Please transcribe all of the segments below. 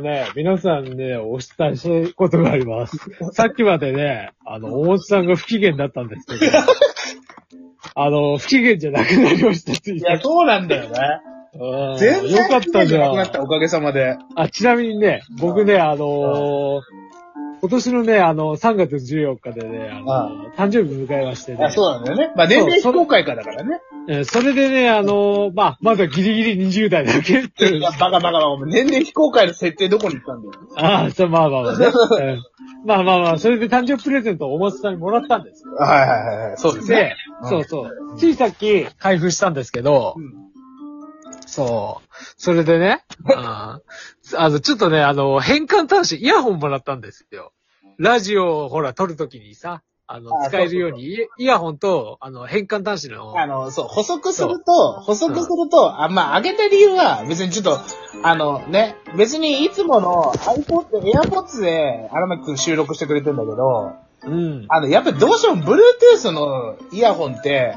ね、皆さんね、お伝えすることがあります。 さっきまでね、あの、大本さんが不機嫌だったんですけど、あの、不機嫌じゃなくなりました、ついいや、そうなんだよね。うん全然よかったじゃなくなったん。おかげさまで。あ、ちなみにね、僕ね、あのー今年のね、あの、3月14日でね、あのあ誕生日迎えましてね。あそうなんだよね。まあ、年齢非公開かだからね。えーそれでね、あのーまあ、まだギリギリ20代だけっていういや、バカバカバカ。お前年齢非公開の設定どこに行ったんだよ。ああ、そう、まあまあまあね。うんまあまあまあ、それで誕生日プレゼントをお松さんにもらったんですよ。はいはいはい。そうですねで。、そうそう。ついさっき開封したんですけど、うんそう。それで ね、あーあの、ちょっとね、あの、変換端子、イヤホンもらったんですよ。ラジオをほら、撮るときにさ、あのあ、ー使えるように、イヤイヤホンと、あの、変換端子の、あの、そう、補足すると、補足すると、あ、まあ、上げた理由は、別にちょっと、あのね、別にいつもの iPod、AirPods で荒牧くん収録してくれてんだけど、うん。あの、やっぱりどうしても Bluetooth のイヤホンって、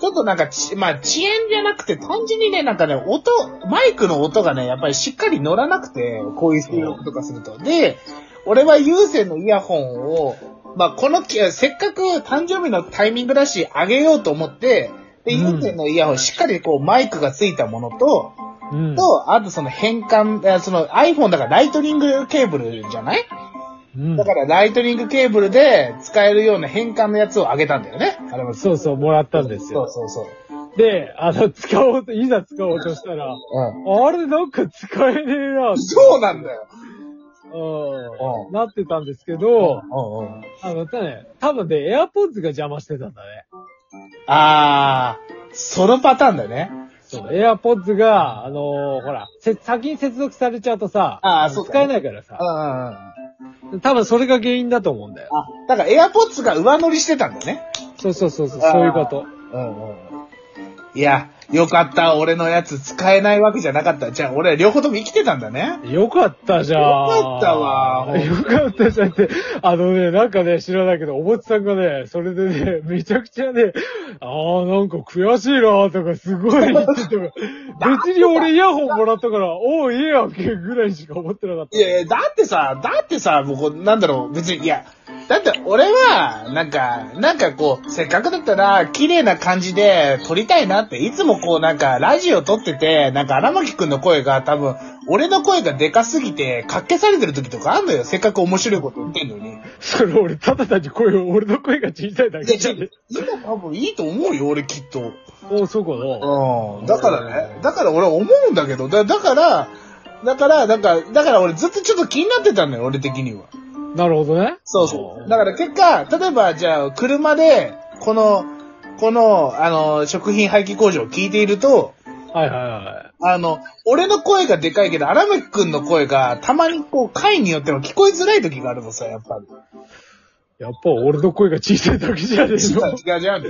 ちょっとなんかち、まあ遅延じゃなくて、単純にね、なんかね、音、マイクの音がね、やっぱりしっかり乗らなくて、こういう収録とかすると。で、俺は有線のイヤホンを、まあこのき、せっかく誕生日のタイミングだし、あげようと思って、で、うん有線のイヤホン、しっかりこう、マイクがついたものと、うん。と、あとその変換、えその iPhone だからライトニングケーブルじゃないうんだから、ライトニングケーブルで使えるような変換のやつをあげたんだよね。あれもそうそう、もらったんですよ。そうそうそう。で、あの、使おうと、いざ使おうとしたら、うん。あれ、なんか使えねえな、そうなんだよ。ううんん、なってたんですけど、うんうん。あの、たね、多分ね、エアポッズが邪魔してたんだね。あー、そのパターンだね。そう、エアポッズが、あのーほら、せ先に接続されちゃうとさ、あーそうだ使えねないからうさん、うんうん。あ、多分それが原因だと思うんだよ。だから AirPods が上乗りしてたんだよね。そうそうそうそう、あーそういうこと。うんうんうん。いや、よかった。俺のやつ使えないわけじゃなかった。じゃあ、俺は両方とも生きてたんだね。よかったじゃん。よかったわよかったじゃんって、あのね、なんかね、知らないけど、おもつさんがね、それでね、めちゃくちゃね、あーなんか悔しいなーとか、すごい言って て、別に俺イヤホンもらったから、おう、いいやんけ、ぐらいしか思ってなかっいやいや、だってさ、だってさ、もうこう、なんだろう、別に、いや、だって俺は、なんか、なんかこう、せっかくだったら、綺麗な感じで撮りたいなって、いつもこう、なんか、ラジオ撮ってて、なんか、荒牧くんの声が多分、俺の声がでかすぎて、かっけされてる時とかあんのよ。せっかく面白いこと言ってんのに。いた。それ俺、ただ単に声を、俺の声が小さいだや、けじゃん違う。今多分いいと思うよ、俺きっと。おう、そうかな。うん。だからね、だから俺は思うんだけど、だだから、だから、なんか、だから俺ずっとちょっと気になってたのよ、俺的には。なるほどね。そうそう。だだかから結果、例えばじゃあ、車で、この、この、あの、食品廃棄工場を聞いていると、ら、はいはいはい。あの、俺の声がでかいけど、荒牧くんの声が、たまにこう、回によっては聞こえづらい時があるのさ、やっぱり。やっぱ俺の声が小さいだけじゃねえ違の。う違う違うんだよ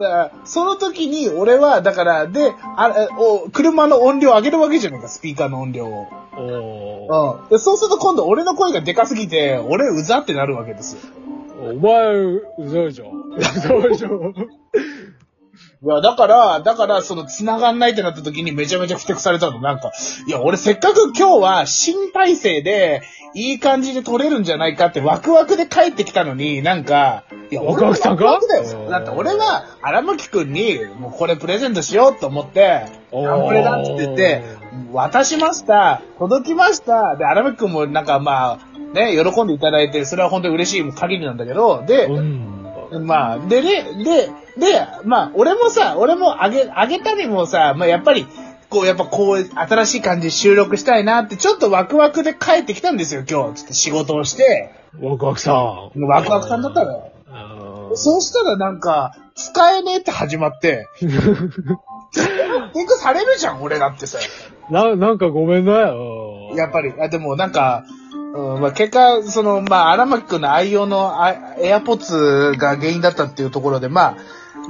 だから、その時に、俺は、だから、で、あえお、車の音量上げるわけじゃないか、スピーカーの音量を。おーうん。でそうすると今度、俺の声がでかすぎて、俺、うざってなるわけですよ。お前、うざいじゃん。うざいじゃん。いや、だから、だから、その、繋がんないってなった時にめちゃめちゃ不適されたの。なんか、いや、俺せっかく今日は新体制で、いい感じで撮れるんじゃないかってワクワクで帰ってきたのに、なんか、いや、ワクワクしたんかワクワクだよ。だって俺は、荒牧くんに、もうこれプレゼントしようと思って、おー あこれだって言って、渡しました、届きました、で、荒牧くんもなんかまあ、ね、喜んでいただいて、それは本当に嬉しい限りなんだけど、で、うん。まあ、でね、で、で、まあ、俺もさ、俺もあげ、あげたりもさ、まあ、やっぱり、こう、やっぱこう、新しい感じで収録したいなって、ちょっとワクワクで帰ってきたんですよ、今日。ちょっと仕事をして、ワクワクさん。ワクワクさんだったのよ。うんそうしたらなんか、使えねえって始まって、結局されるじゃん、俺だってさ。な、なんかごめんなよ。やっぱり、あでもなんか、うんまあ、結果、その、まあ、荒牧くんの愛用のあエアポッツが原因だったっていうところで、まあ、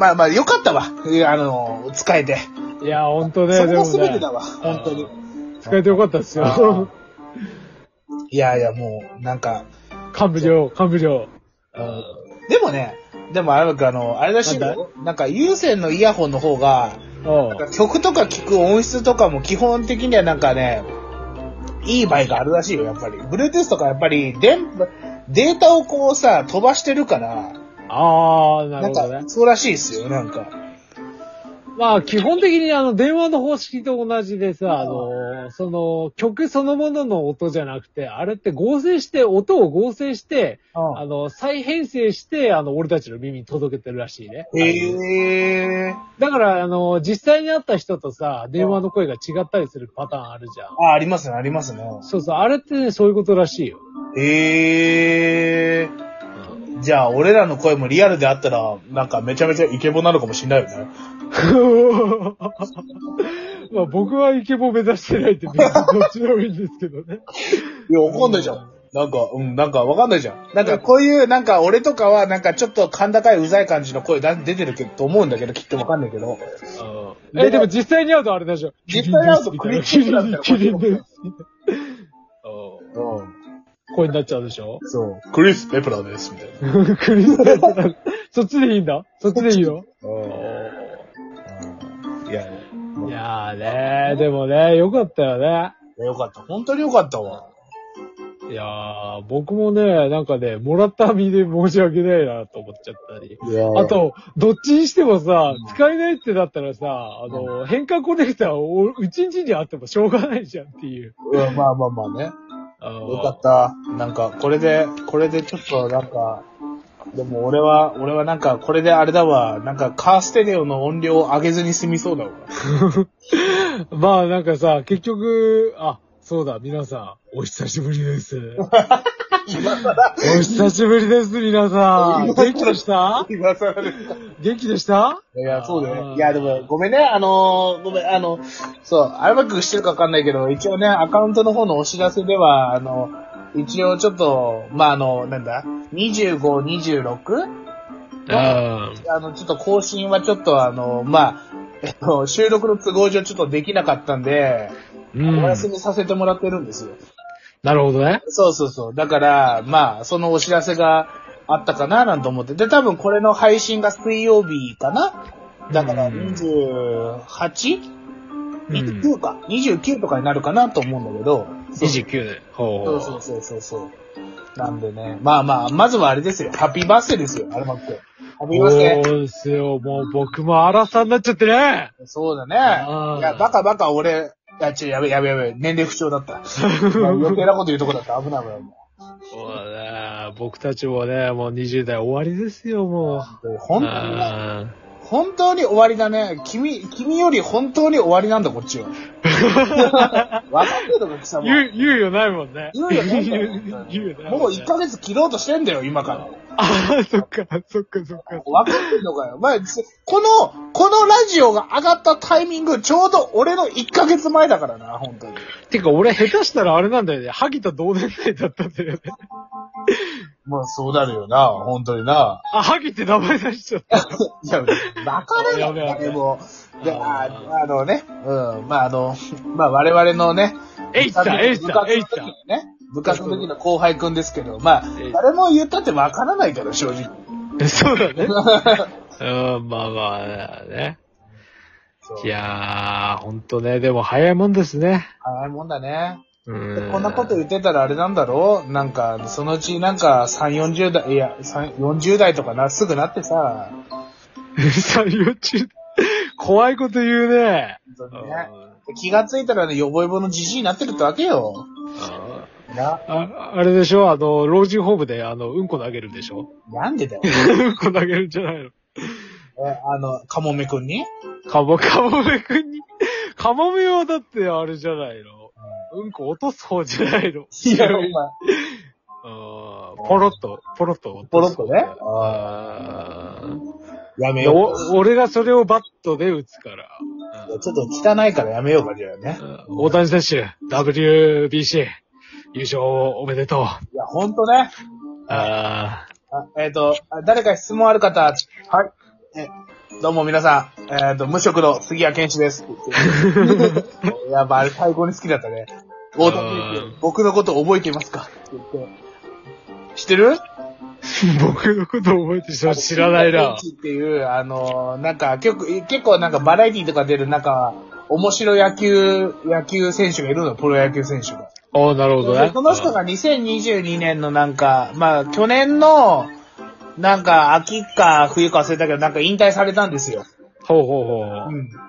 まあまあ、よかったわ。いやあの、使えて。いや、ほんとね、そこがでもね全てだわ本当に。使えてよかったっす よ。いやいや、もう、なんか、幹部上、幹部上。うんでもね、でも荒牧くん、あの、あれらしいなんよ。なんか、有線のイヤホンの方が、うん曲とか聞く音質とかも基本的にはなんかね、いい場合があるらしいよ、やっぱり。Bluetooth とかやっぱり、電波、データをこうさ、飛ばしてるから、あー、なるなんほどねか、。そうらしいっすよ、なんか。まあ、基本的にあの、電話の方式と同じでさ、あの、その、曲そのものの音じゃなくて、あれって合成して、音を合成して、あの、再編成して、あの、俺たちの耳に届けてるらしいね。へえ。だから、あの、実際に会った人とさ、電話の声が違ったりするパターンあるじゃん。あ、ありますね、ありますね。そうそう、あれってね、そういうことらしいよ。へえ。じゃあ、俺らの声もリアルであったら、なんかめちゃめちゃイケボなのかもしんないよね。 まあ、僕はイケボ目指してないって別にどっちでもいいんですけどね。いや、わかんないじゃん。なんか、うん、なんかわかんないじゃん。なんかこういう、なんか俺とかは、なんかちょっと甲高いうざい感じの声だ出てるけど、と思うんだけど、きっとわかんないけど。え、でも実際に会うとあれでしょ。実際に会うとクリキリッンクでだすっみたいなキたらリンです。うん。声になっちゃうでしょそう。クリス・ペプラーです、みたいな。クリスマスそっちでいいんだそっちでいいのうん。いや、いやーねー、でもね、よかったよね。よかった。本当によかったわ。いやー、僕もね、なんかね、もらった身で申し訳ないなと思っちゃったり。いやあ、と、どっちにしてもさうん、使えないってだったらさ、あの、変換コネクターをうちんちにあってもしょうがないじゃんっていう。うん、まあまあまあね。よかよった。なんか、これで、これでちょっとなんか、でも俺は、俺はなんか、これであれだわ。なんか、カーステレオの音量を上げずに済みそうだわ。た。 まあなんかさ、結局、あ、そうだ、皆さん、お久しぶりです。お久しぶりです、皆さん。元気でした今更ですか。元気でしたいや、そうだよあーね。いや、でも、ごめんね。あのーごめん、あの、そう、アルバックしてるかわかんないけど、一応ね、アカウントの方のお知らせでは、あの、一応ちょっと、まあ、あの、なんだ、25、26? ああの、ちょっと更新はちょっと、あの、まあ、えっと、収録の都合上ちょっとできなかったんで、うおん。休みさせてもらってるんですよ。なるほどね。そうそうそう。だから、まあ、そのお知らせがあったかな、なんて思って。で、多分これの配信が水曜日かなだからうん 28?29 うん。か。29とかになるかなと思うんだけど。 29で。ほうそうそうそうそうそう。なんでね。まあまあ、まずはあれですよ。ハッピーバースデーですよ、アルマック。ハッピーバースデー。そうですよ。もう僕も荒さになっちゃってね。そうだあーね。いや、バカバカ俺、いや、ちょ、やべやべやべ、年齢不調だ った。まあ余計なこと言うとこだった。危ない危ない。そうだね。僕たちもね、もう20代終わりですよ、もう。本当にね。あ本当に終わりだね。君、君より本当に終わりなんだ、こっ ちは。わかってるのか、貴ー様。言う、言うよないもんね。言うよないんだよ 言う言うよないもう一1ヶ月切ろうとしてんだよ、今から。ああ、そっか、そっか、そっか。わかってんのかよ。まあ、つこの、このラジオが上がったタイミング、ちょうど俺の1ヶ月前だからな、本当に。てか、俺下手したらあれなんだよね。萩田同年代だったんだよね。まあ、そうなるよな、本当にな。あ、萩って名前出しちゃった。いや、バカだやよ、べやべ誰も。で、あああのね、うん、まああの、まあ我々のね、エイチさん、エイチさん、エイチさん。ね、部活の時の後輩くんですけど、まあえい、誰も言ったってわからないから、正直。そうだ ね。うん、まあまあね。いやー、ほんとね、でも早いもんですね。早いもんだね。うん。こんなこと言ってたらあれなんだろうなんか、そのうちなんか3、40代、いや、3 40代とかな、すぐなってさ、作業中。怖いこと言うね。本当にね気がついたらね、よぼよぼのじじいになってるってわけよ。な、ああれでしょあの、老人ホームで、あの、うんこ投げるでしょ なんでだよ。うんこ投げるんじゃないのえあの、かもめくんにかも、かもめくんに。かもめはだってあれじゃないの。うんこ落とす方じゃないの。い や、お前、うんポロッと、ポロッと落とす。ポロッとねあーやめいよやう。お俺がそれをバットで打つから。いやちょっと汚いからやめようか、じゃあねう。ん大谷選手、WBC、優勝おめでとう。いや、ほんとね。ああえっ、と、あ誰か質問ある方。はい。えどうも皆さん。えっ、と、無職の杉谷健志 です。やばい、あれ最高に好きだったね。大谷う選ん手、僕のこと覚えていますかって言って知ってるー 僕のこと覚えてしまう知らないな 杉谷。健志っていう、あのー、なんか、結構、結構なんかバラエティとか出る、なんか、面白い野球、野球選手がいるの、プロ野球選手が。ああ、なるほどね。その人が2022年のなんか、まあ、去年の、なんか、秋か冬か忘れたけど、なんか引退されたんですよ。ほうほうほう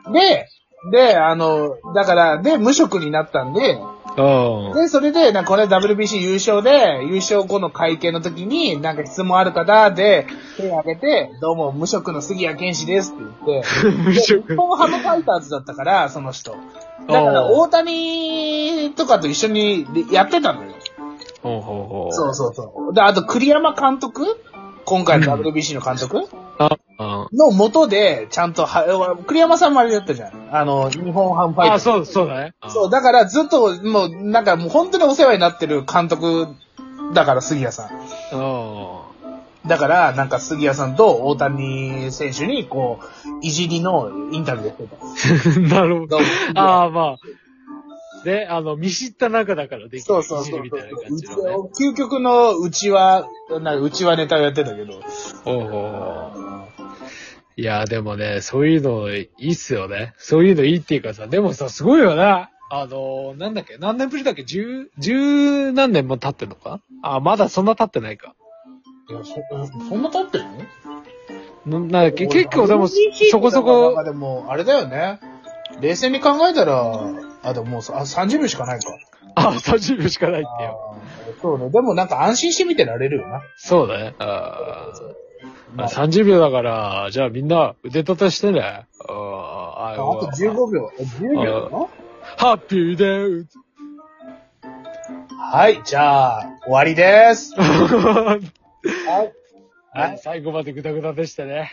ほう。で、で、あの、だから、で、無職になったんで、うん。で、それで、なんかこれ WBC 優勝で、優勝後の会見の時に、なんか質問ある方で、手を挙げて、どうも無職の杉谷健士ですって言って、無日職。本ハムファイターズだったから、その人。だから、大谷とかと一緒にやってたのよ。ほうほうほう。そうそうそう。で、あと、栗山監督今回の WBC の監督うん。の元で、ちゃんとは、栗山さんもあれだったじゃん。あの、日本ハムファイターあ、ズ。そう、そうだね。そう、だからずっと、もう、なんかもう本当にお世話になってる監督だから、杉谷さん。うん。あだから、なんか杉谷さんと大谷選手に、こう、いじりのインタビューやってた。あ。 なるほど。どうも杉谷ああ、まあ。で、あの、見知った中だからできる。そうそいうそじうるみたいな感じのね。うち究極のうちは、なんかうちはネタをやってたけど。ほうほうほう。いや、でもね、そういうのいいっすよね。そういうのいいっていうかさ、でもさ、すごいよね。あの、なんだっけ、何年ぶりだっけ、十、十何年も経ってんのかあ、まだそんな経ってないか。いや、そ、そんな経ってるななのんだっけ、結構でも、そこそなんこ、かでも、あれだよね。冷静に考えたら、あ、でももうさあ30秒しかないか。あ、30秒しかないってよ。あーそうね。でもなんか安心して見てられるよな。そうだね。あーまああ30秒だから、じゃあみんな腕立てしてね。あーああーと15秒。え10秒なのハッピーデ ーはい、じゃあ、終わりです。はい。はい最後までグダグダでしたね。